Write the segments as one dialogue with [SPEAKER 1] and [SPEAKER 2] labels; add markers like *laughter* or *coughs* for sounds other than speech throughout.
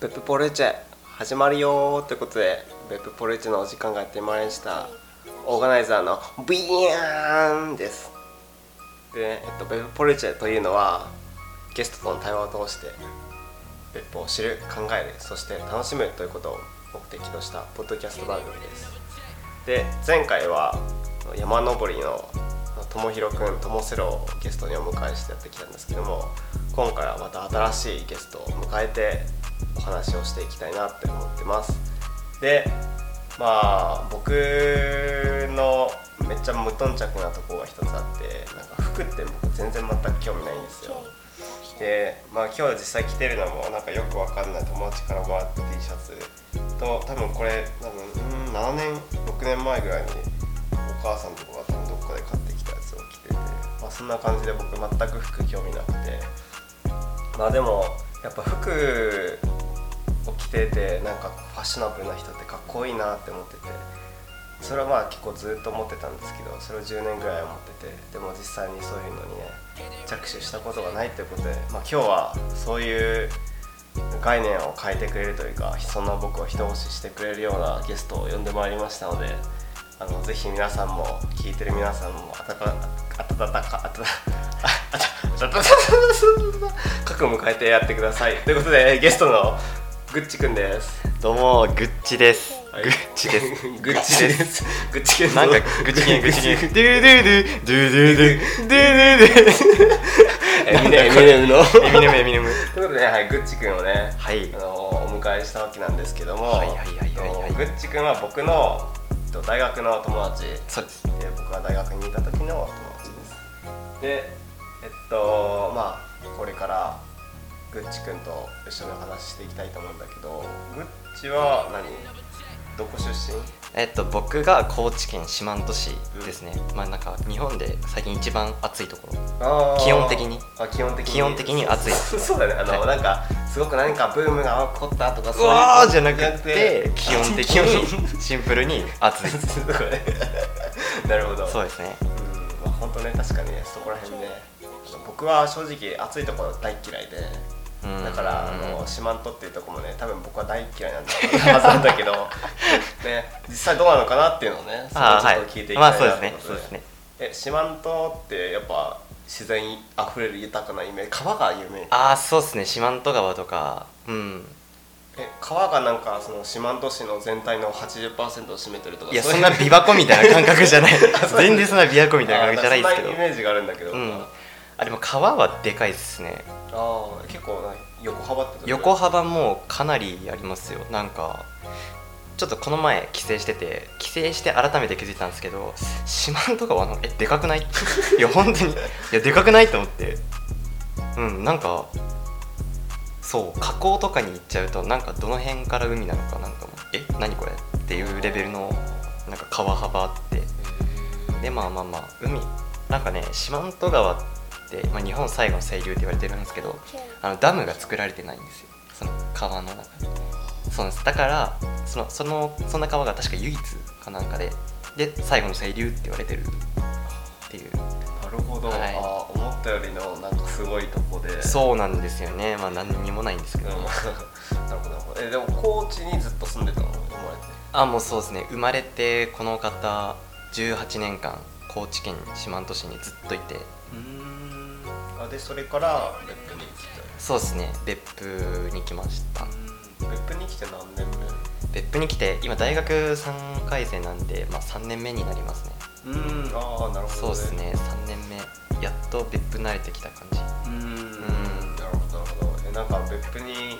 [SPEAKER 1] ベップポルチェ始まるよーということでベップポルチェのお時間がやってまいりましたオーガナイザーのビヤーンですで、えっと、ベップポルチェというのはゲストとの対話を通してベップを知る考えるそして楽しむということを目的としたポッドキャスト番組ですで前回は山登りのともひろくんともせろをゲストにお迎えしてやってきたんですけども今回はまた新しいゲストを迎えてお話をしていきたいなって思ってますでまあ僕のめっちゃ無頓着なとこが一つあってなんか服って僕全然全く興味ないんですよでまあ今日実際着てるのもなんかよくわかんない友達からもらった T シャツと多分これ多分うん7年6年前ぐらいにお母さんとかが多分どっかで買ってきたやつを着てて、まあ、そんな感じで僕全く服興味なくてまあでもやっぱ服を着ててなんかファッショナブルな人ってかっこいいなって思っててそれはまあ結構ずっと思ってたんですけどそれを10年ぐらい思っててでも実際にそういうのにね着手したことがないということで、まあ、今日はそういう概念を変えてくれるというかそんな僕を一押ししてくれるようなゲストを呼んでまいりましたのであのぜひ皆さんも聞いてる皆さんもあたかあたたたかあたたあたたたた覚悟を変えてやってくださいということでゲストのグッチくんです
[SPEAKER 2] どうもグッチです、
[SPEAKER 1] はい
[SPEAKER 2] グッチです
[SPEAKER 1] グッチですグッチくん
[SPEAKER 2] なんかグッチゲングッチゲンドゥドゥドゥドゥドゥドゥドゥ
[SPEAKER 1] エミネエミネムの
[SPEAKER 2] ドゥエミネムエミネム
[SPEAKER 1] ということで、はい、グッチ君をね、
[SPEAKER 2] はい
[SPEAKER 1] あのお迎えしたわけなんですけども、
[SPEAKER 2] はいはいはいはいはい
[SPEAKER 1] えっとグッチ君は僕のえっと大学の友達で
[SPEAKER 2] そうです
[SPEAKER 1] 僕が大学にいた時の友達ですでえっとまあこれからグッチ君と一緒にお話ししていきたいと思うんだけどグッチは何どこ出身
[SPEAKER 2] えっと僕が高知県四万十市ですねまあなんか日本で最近一番暑いところ
[SPEAKER 1] あー
[SPEAKER 2] 気温的に
[SPEAKER 1] あ基本的に
[SPEAKER 2] 気温的に暑
[SPEAKER 1] *laughs*
[SPEAKER 2] い
[SPEAKER 1] そうそうだねあの、
[SPEAKER 2] はい
[SPEAKER 1] なんかすごく何かブームが起こったとか
[SPEAKER 2] うわーじゃな
[SPEAKER 1] そういう
[SPEAKER 2] くて基本的にシンプルに暑い
[SPEAKER 1] *laughs* なるほど
[SPEAKER 2] そう
[SPEAKER 1] う
[SPEAKER 2] ですね
[SPEAKER 1] んまあ本当ね確かにねそこら辺ねあの僕は正直暑いところ大嫌いで
[SPEAKER 2] うん
[SPEAKER 1] だからあ
[SPEAKER 2] うん
[SPEAKER 1] の四万十っていうところもね多分僕は大嫌いなんだ *laughs* はずなんだけ
[SPEAKER 2] *laughs*
[SPEAKER 1] どね実際どうなのかなっていうのをねそれ
[SPEAKER 2] あー
[SPEAKER 1] をち
[SPEAKER 2] は
[SPEAKER 1] ょっと聞いてい
[SPEAKER 2] い
[SPEAKER 1] き
[SPEAKER 2] ま
[SPEAKER 1] た
[SPEAKER 2] あ
[SPEAKER 1] い
[SPEAKER 2] そうで
[SPEAKER 1] な
[SPEAKER 2] す
[SPEAKER 1] ということ
[SPEAKER 2] ねそう
[SPEAKER 1] で
[SPEAKER 2] ですね
[SPEAKER 1] え四万十ってやっぱ自然あふれる豊かなイメージ川が有名
[SPEAKER 2] ああそうですね四万十川とかうん
[SPEAKER 1] え川がなんかその四万十市の全体の80%を占めてるとか
[SPEAKER 2] いや
[SPEAKER 1] う
[SPEAKER 2] そ
[SPEAKER 1] うん
[SPEAKER 2] な琵琶湖みたいな感覚じゃない
[SPEAKER 1] そう
[SPEAKER 2] 全然そんな琵琶湖みたいな感覚じゃないですけ
[SPEAKER 1] あ
[SPEAKER 2] ど
[SPEAKER 1] そんイメージがあるんだけど、
[SPEAKER 2] うん
[SPEAKER 1] あ、
[SPEAKER 2] あでも川はでかいですね
[SPEAKER 1] あ結構な横幅ってどれぐらい
[SPEAKER 2] 横幅もかなりありますよなんかちょっとこの前帰省してて帰省して改めて気づいたんですけど四万十川のえでかくない *laughs* いや本当にいやでかくないと思ってうんなんかそう河口とかに行っちゃうとなんかどの辺から海なのかなんかもうえ何これっていうレベルのなんか川幅あってでまあまあまあ海なんかね四万十川って、まあ、日本最後の清流って言われてるんですけどあのダムが作られてないんですよその川の中にそうなんですだからそのそのそんな川が確か唯一かなんかでで最後の清流って言われてるっていう
[SPEAKER 1] なるほど、
[SPEAKER 2] はい
[SPEAKER 1] あー思ったよりのなんかすごいとこでう、
[SPEAKER 2] そうなんですよねまあ何にもないんですけ
[SPEAKER 1] ん、 *laughs*
[SPEAKER 2] ど、
[SPEAKER 1] なるほどなるほどえでも高知にずっと住んでたの生まれて
[SPEAKER 2] あもうそうですね生まれてこの方18年間高知県四万十市にずっといて
[SPEAKER 1] うんあでそれから別府に来て
[SPEAKER 2] そうですね別府に来ました
[SPEAKER 1] 別府に来て何年
[SPEAKER 2] 別府に来て今大学3回生なんで、まあ、3年目になりますね
[SPEAKER 1] 目うんああなるほど、ね、
[SPEAKER 2] そうですね3年目やっと別府慣れてきた感じ
[SPEAKER 1] うーんなるほどなるほどえなんか別府に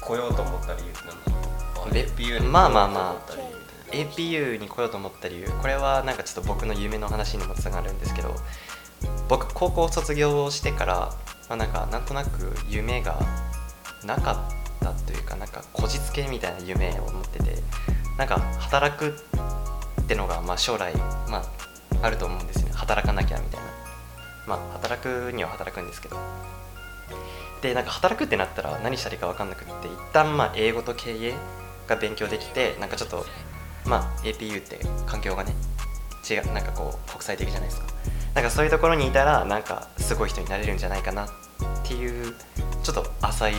[SPEAKER 1] 来ようと思った理由って何なの
[SPEAKER 2] 別
[SPEAKER 1] 別府に来ようと思った理由みたいな
[SPEAKER 2] まあまあまあ APU に来ようと思った理由これはなんかちょっと僕の夢の話にもつながるんですけど僕高校卒業してから、まあ、なんかなんとなく夢がなかったというかなんかこじつけみたいな夢を持っててなんか働くってのがまあ将来、まあ、あると思うんですよね働かなきゃみたいなまあ働くには働くんですけどでなんか働くってなったら何したらいいか分かんなくって一旦まあ英語と経営が勉強できてなんかちょっとまあ APU って環境がね違うなんかこう国際的じゃないですかなんかそういうところにいたらなんかすごい人になれるんじゃないかなっていうちょっと浅い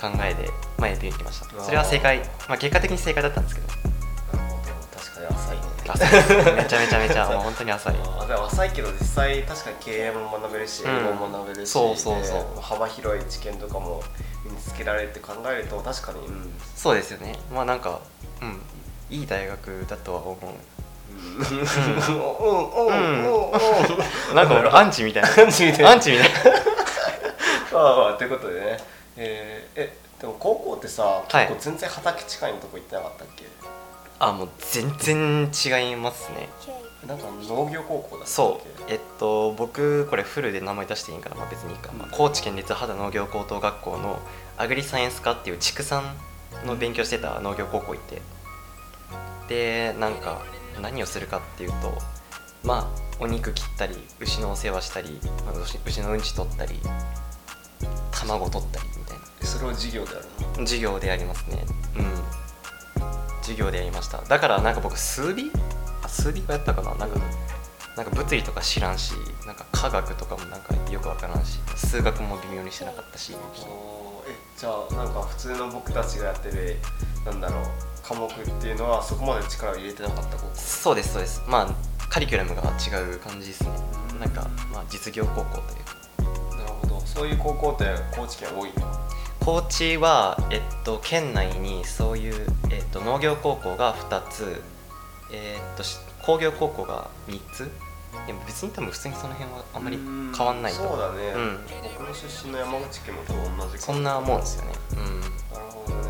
[SPEAKER 2] 考えで、まあ、やっていきました
[SPEAKER 1] ー
[SPEAKER 2] それは正解、まあ、結果的に正解だったんですけ *laughs* ど
[SPEAKER 1] 確かに浅いね
[SPEAKER 2] 浅いですめちゃめちゃめちゃもう本当に浅い
[SPEAKER 1] あでも浅いけど実際確かに経営も学べるし
[SPEAKER 2] うん
[SPEAKER 1] 英語も学べるし、
[SPEAKER 2] そうそうそう
[SPEAKER 1] で幅広い知見とかも身につけられるって考えると確かにうん、 *laughs*
[SPEAKER 2] そうですよねまあなんかうんいい大学だとは思 *laughs* う
[SPEAKER 1] うん、うん、うん、うん、うん、うん
[SPEAKER 2] なんか俺アンチみた *laughs* いな
[SPEAKER 1] アンチみたいな
[SPEAKER 2] アンチみたいな
[SPEAKER 1] まあまあということでねえー、えでも高校ってさ
[SPEAKER 2] はい
[SPEAKER 1] 結構全然畑近いのとこ行ってなかったっけ、
[SPEAKER 2] あもう全然違いますね
[SPEAKER 1] なんか農業高校だったっけ
[SPEAKER 2] そうえっと僕これフルで名前出していいんかな、まあ、別にいいか、まあ高知県立肌農業高等学校のアグリサイエンス科っていう畜産の勉強してた農業高校行ってでなんか何をするかっていうとまあお肉切ったり牛のお世話したりまあ牛牛のうんち取ったり卵取ったりみたいな
[SPEAKER 1] えそれを授業でやるの
[SPEAKER 2] 授業でやりますねうん授業でやりましただからなんか僕数理あ数理はやったかななんかなんか物理とか知らんしなんか科学とかもなんかよくわからんし数学も微妙にしてなかったし
[SPEAKER 1] おーえじゃあなんか普通の僕たちがやってるなんだろう科目っていうのはそこまで力を入れてなかった高校
[SPEAKER 2] そうですそうですまあカリキュラムが違う感じですねなんかまあ実業高校というか
[SPEAKER 1] なるほどそういう高校って高知県多いの
[SPEAKER 2] 高知は、えっと、県内にそういう、えっと、農業高校が2つ、えっと、し工業高校が3つでも別に多分普通にその辺はあんまり変わんないと
[SPEAKER 1] そうだね、
[SPEAKER 2] うん
[SPEAKER 1] 僕の出身の山口県も多分同じ
[SPEAKER 2] そんなもんですよねうん
[SPEAKER 1] なるほどね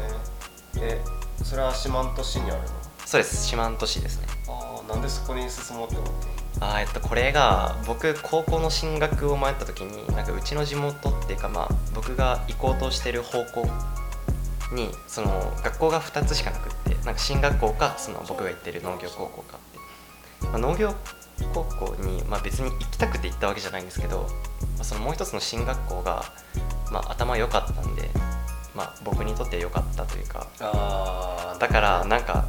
[SPEAKER 1] えそれは四万十市にあるの
[SPEAKER 2] そうです四万十市ですね
[SPEAKER 1] ああなんでそこに進もうって思っ
[SPEAKER 2] あーえっとこれが僕高校の進学を迷った時になんかうちの地元っていうかまあ僕が行こうとしてる方向にその学校が2つしかなくってなんか進学校かその僕が行ってる農業高校かって、まあ、農業高校に、まあ、別に行きたくて行ったわけじゃないんですけど、まあ、そのもう一つの進学校が、まあ、頭良かったんで、まあ、僕にとって良かったというか
[SPEAKER 1] たのあ
[SPEAKER 2] だからなんか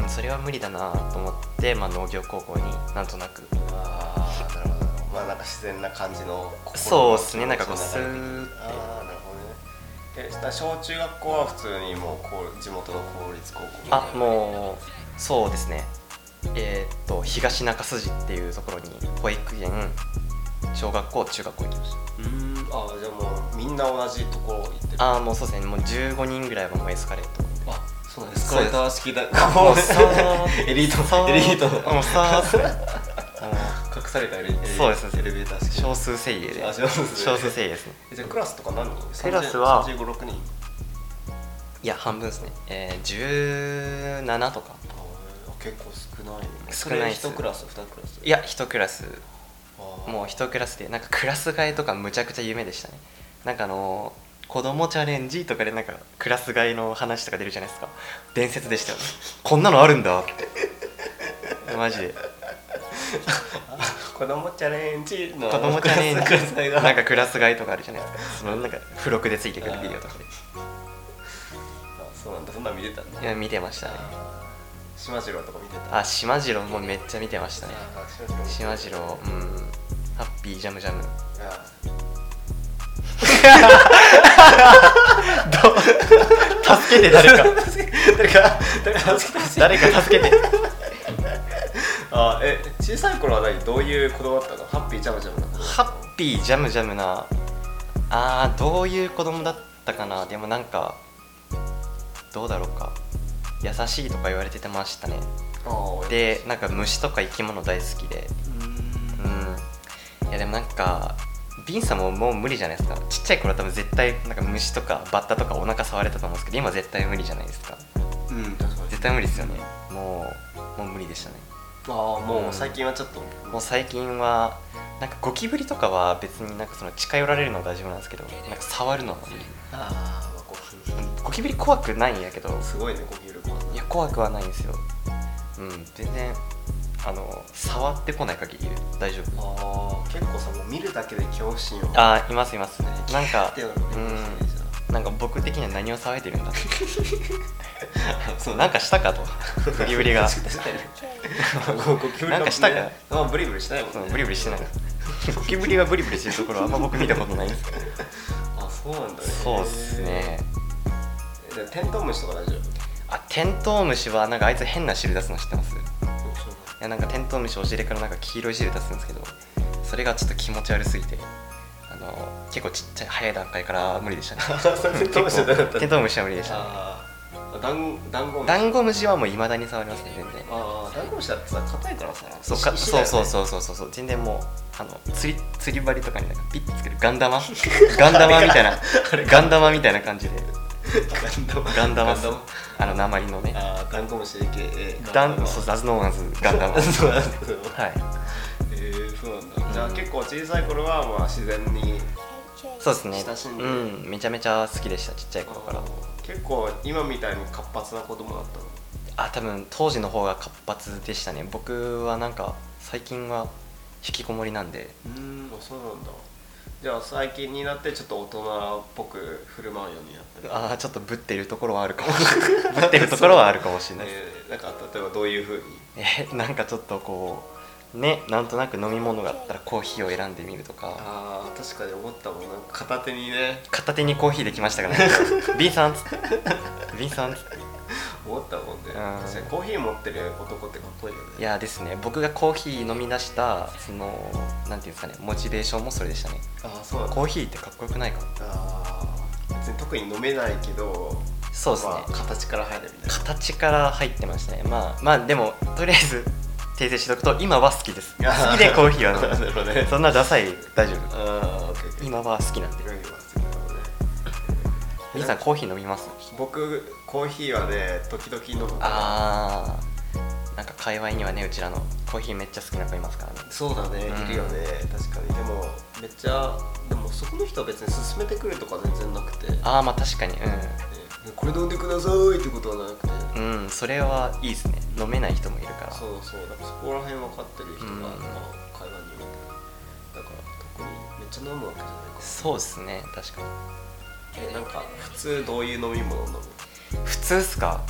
[SPEAKER 2] うんそれは無理だなと思って、まあ、農業高校になんとなく
[SPEAKER 1] ああなるほどなるほどまあなんか自然な感じの
[SPEAKER 2] そうですねなんかこうス
[SPEAKER 1] あ
[SPEAKER 2] ーって
[SPEAKER 1] あーなるほどねえだから小中学校は普通にもうこう地元の公立高校みたいな
[SPEAKER 2] あもうそうですねえーっと東中筋っていうところに保育園小学校中学校行きまし
[SPEAKER 1] うーんあじゃあもうみんな同じところ行ってる
[SPEAKER 2] たああもうそうですねもう15人ぐらいはもうエスカレート
[SPEAKER 1] あそうなん
[SPEAKER 2] そうです
[SPEAKER 1] ー式だ
[SPEAKER 2] もうそう
[SPEAKER 1] エリー
[SPEAKER 2] そ
[SPEAKER 1] ト
[SPEAKER 2] う
[SPEAKER 1] エリートの
[SPEAKER 2] もうさーっね
[SPEAKER 1] 隠されたエレ
[SPEAKER 2] そうです
[SPEAKER 1] エレベーター式
[SPEAKER 2] 少数精鋭で
[SPEAKER 1] あ少数精鋭
[SPEAKER 2] 少数精鋭ですね
[SPEAKER 1] えじゃあクラスとか何人
[SPEAKER 2] クラスは
[SPEAKER 1] 3 5 6人
[SPEAKER 2] いや半分ですねえー、17とか
[SPEAKER 1] あ結構少ないね
[SPEAKER 2] 少ないっす
[SPEAKER 1] それ一クラス二クラス
[SPEAKER 2] いや1クラスもう
[SPEAKER 1] 一
[SPEAKER 2] 一クラスでなんかクラス替えとかむちゃくちゃ夢でしたねなんかあのー子供チャレンジとかでなんかクラス替えの話とか出るじゃないですか伝説でしたよねこんなのあるんだってマジで
[SPEAKER 1] 子供チャレンジの
[SPEAKER 2] 子供チャ
[SPEAKER 1] *laughs*
[SPEAKER 2] レン
[SPEAKER 1] クラス
[SPEAKER 2] ジ
[SPEAKER 1] が
[SPEAKER 2] なんかクラス替えとかあるじゃないですかそのなんか付録でついてくるビデオとか
[SPEAKER 1] あそうなんだそんなん見てたんだ
[SPEAKER 2] でいや見てましたね
[SPEAKER 1] あー島次郎とか見てた
[SPEAKER 2] あ島次郎もめっちゃ見てましたね
[SPEAKER 1] あー島次郎
[SPEAKER 2] 島次郎うんハッピージャムジャム
[SPEAKER 1] あー
[SPEAKER 2] 助けて誰か
[SPEAKER 1] *laughs* 誰か誰か助けてほしい
[SPEAKER 2] 誰か助けて
[SPEAKER 1] あえ小さい頃は何どういう子供だったのハッピージャムジャムだったの
[SPEAKER 2] ハッピージャムジャムなあーどういう子供だったかなでもなんかどうだろうか優しいとか言われててましたね
[SPEAKER 1] あー
[SPEAKER 2] でなんか虫とか生き物大好きで
[SPEAKER 1] うーん
[SPEAKER 2] うんいやでもなんかビンさんももう無理じゃないですかちっちゃい頃は多分絶対なんか虫とかバッタとかお腹触れたと思うんですけど今絶対無理じゃないですか
[SPEAKER 1] うん確かに
[SPEAKER 2] 絶対無理ですよねもうもう無理でしたね
[SPEAKER 1] ああもう最近はちょっと
[SPEAKER 2] もう最近はなんかゴキブリとかは別になんかその近寄られるのは大丈夫なんですけどなんか触るのは無理
[SPEAKER 1] ああこ
[SPEAKER 2] ゴキブリ怖くないんやけど
[SPEAKER 1] うすごいねゴキブリ怖い
[SPEAKER 2] いや怖くはないんですようん全然あの触ってこない限り大丈夫
[SPEAKER 1] ああ結構さもう見るだけで恐怖心を
[SPEAKER 2] あーいますいますなんか
[SPEAKER 1] ってやるね
[SPEAKER 2] うんなんか僕的には何を騒いでるんだそうなんかしたかとゴキブ
[SPEAKER 1] *laughs*
[SPEAKER 2] リが
[SPEAKER 1] 確かにゴゴキブリ
[SPEAKER 2] なんかしたか
[SPEAKER 1] まあブリブリしないも
[SPEAKER 2] そ
[SPEAKER 1] ん
[SPEAKER 2] う
[SPEAKER 1] ね
[SPEAKER 2] ブリブリしてないゴキブリがブリブリしてるところはあんま僕見たことないんですけど
[SPEAKER 1] あそうなんだね
[SPEAKER 2] そうっすね
[SPEAKER 1] えでもテントウムシとか大丈夫
[SPEAKER 2] あテントウムシはなんかあいつ変な汁出すの知ってますい
[SPEAKER 1] 面白い
[SPEAKER 2] やなんかテントウムシお尻からなんか黄色い汁出すんですけどそれがちょっと気持ち悪すぎてあの結構ちっちゃい早い段階から無理でしたね
[SPEAKER 1] そ *laughs* れテントウムシじゃなかった
[SPEAKER 2] *laughs* うんテントウムシは無理でしたね
[SPEAKER 1] ああだんだんご
[SPEAKER 2] ダンゴムシはもういまだに触りますね全然
[SPEAKER 1] ああダンゴムシだってさ硬いからさ
[SPEAKER 2] そうか
[SPEAKER 1] 石
[SPEAKER 2] そうそう
[SPEAKER 1] 石だよね
[SPEAKER 2] そうそうそうそう全然もうあの釣り釣り針とかになんかピッてつけるガンダマ *laughs* ガンダマみたいなガンダマみたいな感じで
[SPEAKER 1] ガンダム
[SPEAKER 2] ガンダマ
[SPEAKER 1] ガン
[SPEAKER 2] ス
[SPEAKER 1] ダム
[SPEAKER 2] あの鉛のね
[SPEAKER 1] ああダンゴムシ AKA
[SPEAKER 2] ダンそうダズノーアンズガンダマ
[SPEAKER 1] *laughs* そうなんだ
[SPEAKER 2] はい
[SPEAKER 1] えーそうなんだじゃあ結構小さい頃はまあ自然に
[SPEAKER 2] そうですね
[SPEAKER 1] 親しんで
[SPEAKER 2] うんめちゃめちゃ好きでしたちっちゃい頃から
[SPEAKER 1] 結構今みたいに活発な子供だったの
[SPEAKER 2] あ多分当時の方が活発でしたね僕はなんか最近は引きこもりなんで
[SPEAKER 1] うんあそうなんだじゃあ最近になってちょっと大人っぽく振る舞うようになった
[SPEAKER 2] ああちょっとぶってるところはある *laughs* かもぶってるところはあるかもしれないです
[SPEAKER 1] えーなんか例えばどういうふうに
[SPEAKER 2] えなんかちょっとこうねなんとなく飲み物があったらコーヒーを選んでみるとか
[SPEAKER 1] あー確かに思ったもんなんか片手にね
[SPEAKER 2] 片手にコーヒーできましたから *laughs* ねビンさんっつってビンさんっつって
[SPEAKER 1] 思ったもんね
[SPEAKER 2] うん
[SPEAKER 1] 確かにコーヒー持ってる男ってかっこいいよね
[SPEAKER 2] いやですね僕がコーヒー飲み出したそのなんていうんですかねモチベーションもそれでしたね
[SPEAKER 1] ああそうなんだ
[SPEAKER 2] コーヒーってかっこよくないか
[SPEAKER 1] あー別に特に飲めないけど
[SPEAKER 2] そうですね、
[SPEAKER 1] まあ形から入るみたいな
[SPEAKER 2] 形から入ってましたねまあまあでもとりあえず訂正しとくと今は好き *laughs* です好きでコーヒーは
[SPEAKER 1] *laughs*
[SPEAKER 2] 飲 *laughs*
[SPEAKER 1] なるほどね
[SPEAKER 2] むそんなダサい大丈
[SPEAKER 1] あ
[SPEAKER 2] 夫
[SPEAKER 1] あオッケーオッケー
[SPEAKER 2] 今は好きなんで
[SPEAKER 1] 今言わせてもらうね
[SPEAKER 2] 皆さんコーヒー飲みます
[SPEAKER 1] 僕コーヒーはね時々飲む
[SPEAKER 2] あーなんか界隈にはねうちらのコーヒーめっちゃ好きな子いますからね
[SPEAKER 1] そうだね
[SPEAKER 2] うん
[SPEAKER 1] いるよね確かにでもめっちゃでもそこの人は別に勧めてくるとか全然なくて
[SPEAKER 2] ああまあ確かに
[SPEAKER 1] ねこれ飲んでくださいってことはなくて
[SPEAKER 2] うん、うん、それはいいですね飲めない人もいるから
[SPEAKER 1] そうそうだからそこら辺分かってる人が、
[SPEAKER 2] うん
[SPEAKER 1] まあ、会話に多いだから特にめっちゃ飲むわけじゃないか
[SPEAKER 2] そうですね確かに
[SPEAKER 1] えなんか普通どういう飲み物を飲む
[SPEAKER 2] 普通っすか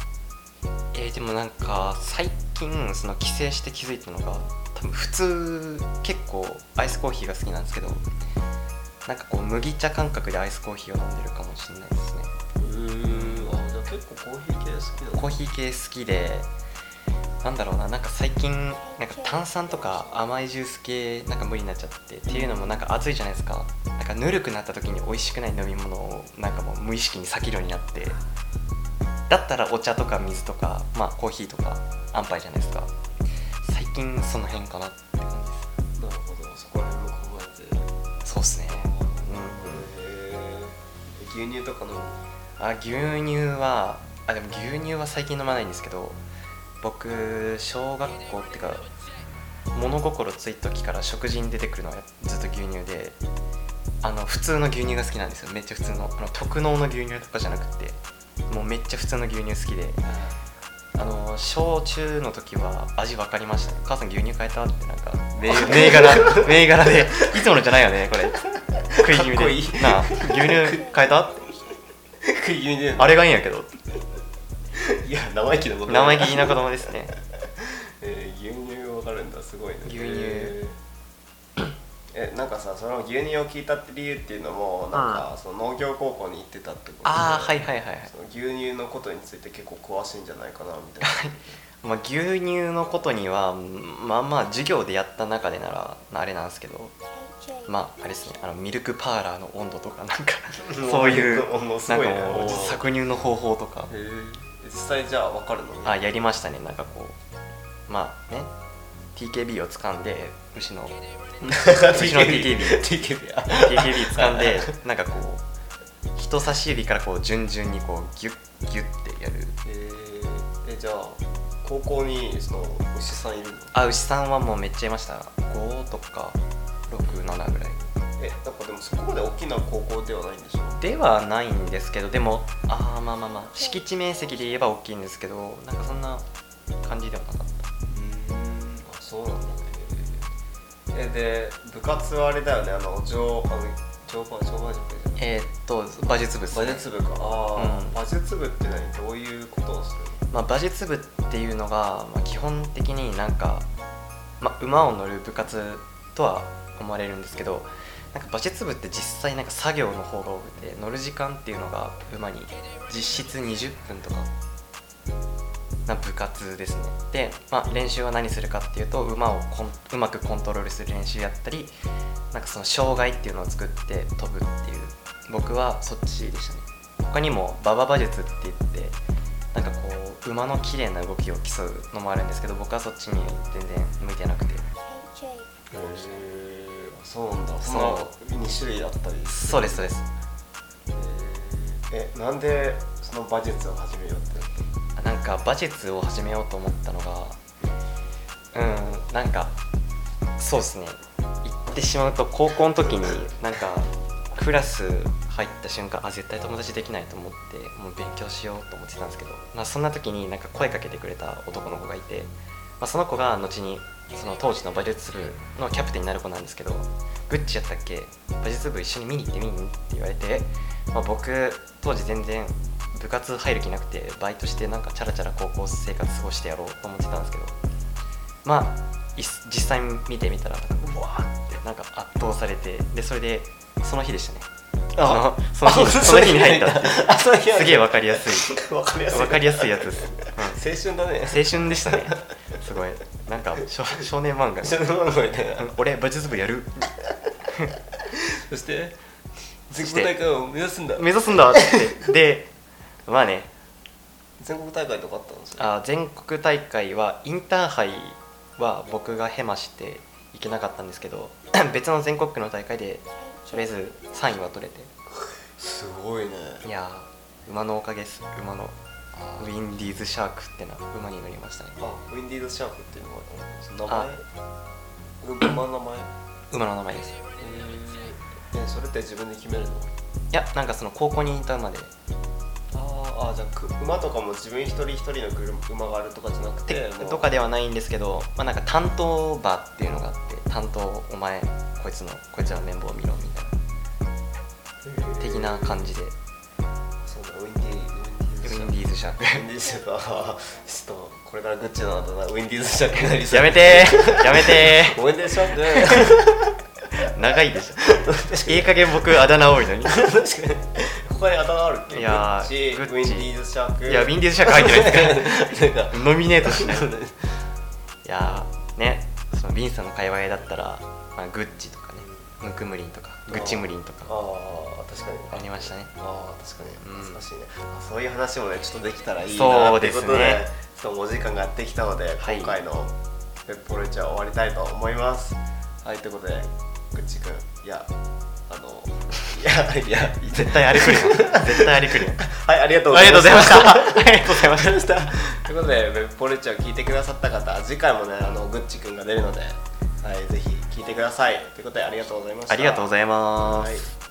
[SPEAKER 2] えーでもなんか最近その帰省して気づいたのが多分普通結構アイスコーヒーが好きなんですけどなんかこう麦茶感覚でアイスコーヒーを飲んでるかもしれないですね
[SPEAKER 1] うんあじゃあ結構コーヒー系好きな
[SPEAKER 2] コーヒー系好きでなんだろうななんか最近なんか炭酸とか甘いジュース系なんか無理になっちゃってっていうのもなんか暑いじゃないですかなんかぬるくなった時に美味しくない飲み物をなんかもう無意識に避けるようになってだったらお茶とか水とかまあコーヒーとか安牌じゃないですか最近その辺かなって感じ
[SPEAKER 1] なるほどそこら辺も考えて
[SPEAKER 2] ですそうっすね
[SPEAKER 1] へえ牛乳とか飲む
[SPEAKER 2] あ牛乳はあでも牛乳は最近飲まないんですけど僕小学校ってか物心ついた時から食事に出てくるのはずっと牛乳であの普通の牛乳が好きなんですよめっちゃ普通のあの特濃の牛乳とかじゃなくってもうめっちゃ普通の牛乳好きであの小中の時は味分かりましたね母さん牛乳変えたってなんか銘銘柄銘柄でいつものじゃないよね
[SPEAKER 1] *laughs*
[SPEAKER 2] これ食い気味で
[SPEAKER 1] かっこいい
[SPEAKER 2] なあ牛乳変えたって
[SPEAKER 1] *laughs* 牛乳
[SPEAKER 2] あれがいいんやけど
[SPEAKER 1] いや生意気なこと
[SPEAKER 2] 生意気な子
[SPEAKER 1] と、
[SPEAKER 2] 供ですね
[SPEAKER 1] えー、牛乳わかるんだすごいね
[SPEAKER 2] 牛乳
[SPEAKER 1] え *coughs* ーえなんかさその牛乳を聞いたって理由っていうのもなんかその農業高校に行ってたってことで
[SPEAKER 2] ああはいはいはいはい
[SPEAKER 1] その牛乳のことについて結構詳しいんじゃないかなみたい
[SPEAKER 2] まあ、牛乳のことにはうんまあまあ授業でやった中でならまああれなんですけどまああれですねあのミルクパーラーの温度とかなんか
[SPEAKER 1] な
[SPEAKER 2] そういう
[SPEAKER 1] ももうす
[SPEAKER 2] なん
[SPEAKER 1] ごい
[SPEAKER 2] か
[SPEAKER 1] ね
[SPEAKER 2] もう搾乳の方法とか
[SPEAKER 1] へー実際じゃあわかるの *laughs*
[SPEAKER 2] あやりましたねなんかこうまあね TKB を掴んで牛の牛の TKB
[SPEAKER 1] TKB あ
[SPEAKER 2] TKB 掴ん *laughs* でなんかこう人差し指からこう順々にこうギュッギュッてやる
[SPEAKER 1] えーえじゃあ高校にその牛さんいるの
[SPEAKER 2] あ牛さんはもうめっちゃいました5とか67ぐらい
[SPEAKER 1] えなんかでもそこまで大きな高校ではないんでしょ
[SPEAKER 2] ではないんですけどでもあーまあまあまあ敷地面積で言えば大きいんですけどなんかそんな感じではなかった
[SPEAKER 1] あそうなんだねえで部活はあれだよねあの乗あの乗馬乗馬塾じゃない
[SPEAKER 2] えー、っと馬術部です
[SPEAKER 1] 馬
[SPEAKER 2] ね
[SPEAKER 1] 術部かああ、
[SPEAKER 2] うん
[SPEAKER 1] 馬術部って何どういうことをする
[SPEAKER 2] まあ、馬術部っていうのが、まあ、基本的になんか、まあ、馬を乗る部活とは思われるんですけどなんか馬術部って実際なんか作業の方が多くて乗る時間っていうのが馬に実質20分とかな部活ですねで、まあ、練習は何するかっていうと馬をコンうまくコントロールする練習やったりなんかその障害っていうのを作って飛ぶっていう僕はそっちでしたね他にも馬場馬術って言ってなんかこう馬の綺麗な動きを競うのもあるんですけど僕はそっちに全然向いてなくて
[SPEAKER 1] へえそうなんだ
[SPEAKER 2] そう
[SPEAKER 1] その2種類だったり
[SPEAKER 2] そうですそうです
[SPEAKER 1] えなんでその馬術を始めようってなったの
[SPEAKER 2] なんか馬術を始めようと思ったのがうんなんかそうですね言ってしまうと高校の時になんかクラス入った瞬間あ絶対友達できないと思ってもう勉強しようと思ってたんですけど、まあ、そんな時になんか声かけてくれた男の子がいて、まあ、その子が後にその当時の馬術部のキャプテンになる子なんですけど「グッチやったっけ馬術部一緒に見に行ってみん?」って言われて、まあ、僕当時全然部活入る気なくてバイトしてなんかチャラチャラ高校生活過ごしてやろうと思ってたんですけどまあいっ実際見てみたらなんかうわーってなんか圧倒されてでそれでその日でしたねあのその日にその日に入ったっていう
[SPEAKER 1] あその日
[SPEAKER 2] すげえ
[SPEAKER 1] わ
[SPEAKER 2] わかりや *laughs* す
[SPEAKER 1] かりや
[SPEAKER 2] い
[SPEAKER 1] すい
[SPEAKER 2] わかりやすい
[SPEAKER 1] い
[SPEAKER 2] やつです、うん
[SPEAKER 1] 青春だね
[SPEAKER 2] 青春でしたねすごいなんか少少年漫画
[SPEAKER 1] 青春のみたいな
[SPEAKER 2] うん俺馬術部やる
[SPEAKER 1] そして
[SPEAKER 2] そ
[SPEAKER 1] 全
[SPEAKER 2] して
[SPEAKER 1] 国大会を目指すんだ
[SPEAKER 2] 目指すんだってでまあね
[SPEAKER 1] 全国大会とかあったんですよ
[SPEAKER 2] あ全国大会はインターハイは僕がヘマしていけなかったんですけど *clears throat* 別の全国区の大会でとりあえず3位は取れて
[SPEAKER 1] すごいね
[SPEAKER 2] いやー馬のおかげです馬の
[SPEAKER 1] あ
[SPEAKER 2] ウィンディーズシャークってな馬になりましたね
[SPEAKER 1] あウィンディードシャークっていうのがその
[SPEAKER 2] あ
[SPEAKER 1] 名前馬の名前
[SPEAKER 2] 馬の名前ですい
[SPEAKER 1] えそれって自分で決めるの
[SPEAKER 2] やなんかその高校にいた馬で
[SPEAKER 1] あーあーじゃあく馬とかも自分一人一人の車馬があるとかじゃなく
[SPEAKER 2] て
[SPEAKER 1] てもう
[SPEAKER 2] とかではないんですけど、まあ、なんか担当馬っていうのがあって担当お前こいつのこいつらの綿棒見ろみたいな的な感じで
[SPEAKER 1] そうだウィンディ
[SPEAKER 2] ウ
[SPEAKER 1] ー
[SPEAKER 2] ィンディーズシャーク
[SPEAKER 1] ウィンディーズかちょっとこれからグッチの後なウィンディーズシャークになりそう
[SPEAKER 2] やめてーやめて
[SPEAKER 1] ウィンディーズシャー *laughs* ク
[SPEAKER 2] ー長いでしょいい加減僕あだ名多いのにい
[SPEAKER 1] 確かにここにあだ名あるっけ
[SPEAKER 2] いやー
[SPEAKER 1] グッチ
[SPEAKER 2] グッチ
[SPEAKER 1] ウィンディーズシャーク
[SPEAKER 2] やウィンディーズシャーク入ってないですか
[SPEAKER 1] ィなんから
[SPEAKER 2] ノミネートしない
[SPEAKER 1] そうだ
[SPEAKER 2] い
[SPEAKER 1] ね
[SPEAKER 2] やーねそのビンさんの界隈だったら、まあ、グッチとかねムクムリンとかグッチムリンと
[SPEAKER 1] あ
[SPEAKER 2] か
[SPEAKER 1] あ確かに
[SPEAKER 2] ありましたね
[SPEAKER 1] ああ確かに
[SPEAKER 2] うん
[SPEAKER 1] 懐かしいね、あそういう話もねちょっとできたらいいな
[SPEAKER 2] そう
[SPEAKER 1] って
[SPEAKER 2] で
[SPEAKER 1] いう
[SPEAKER 2] す
[SPEAKER 1] こと
[SPEAKER 2] ね
[SPEAKER 1] でちょっとお時間がやってきたので、
[SPEAKER 2] はい
[SPEAKER 1] 今回の「ペッポルチャ」終わりたいと思いますはいということでぐっちくんいやあのいやいやいい
[SPEAKER 2] 絶対あれくるよ絶対あれくるよ
[SPEAKER 1] はいありがとうご
[SPEAKER 2] あ
[SPEAKER 1] ざ
[SPEAKER 2] り
[SPEAKER 1] い
[SPEAKER 2] がとう
[SPEAKER 1] ま
[SPEAKER 2] ご
[SPEAKER 1] し
[SPEAKER 2] ざ
[SPEAKER 1] た
[SPEAKER 2] いましたありがとうございました
[SPEAKER 1] ということで、ベッポルチャを聞いてくださった方、次回もね、あのぐっちくんが出るので、はい、ぜひ聞いてください。ということで、ありがとうございました。
[SPEAKER 2] ありがとうございます、
[SPEAKER 1] はい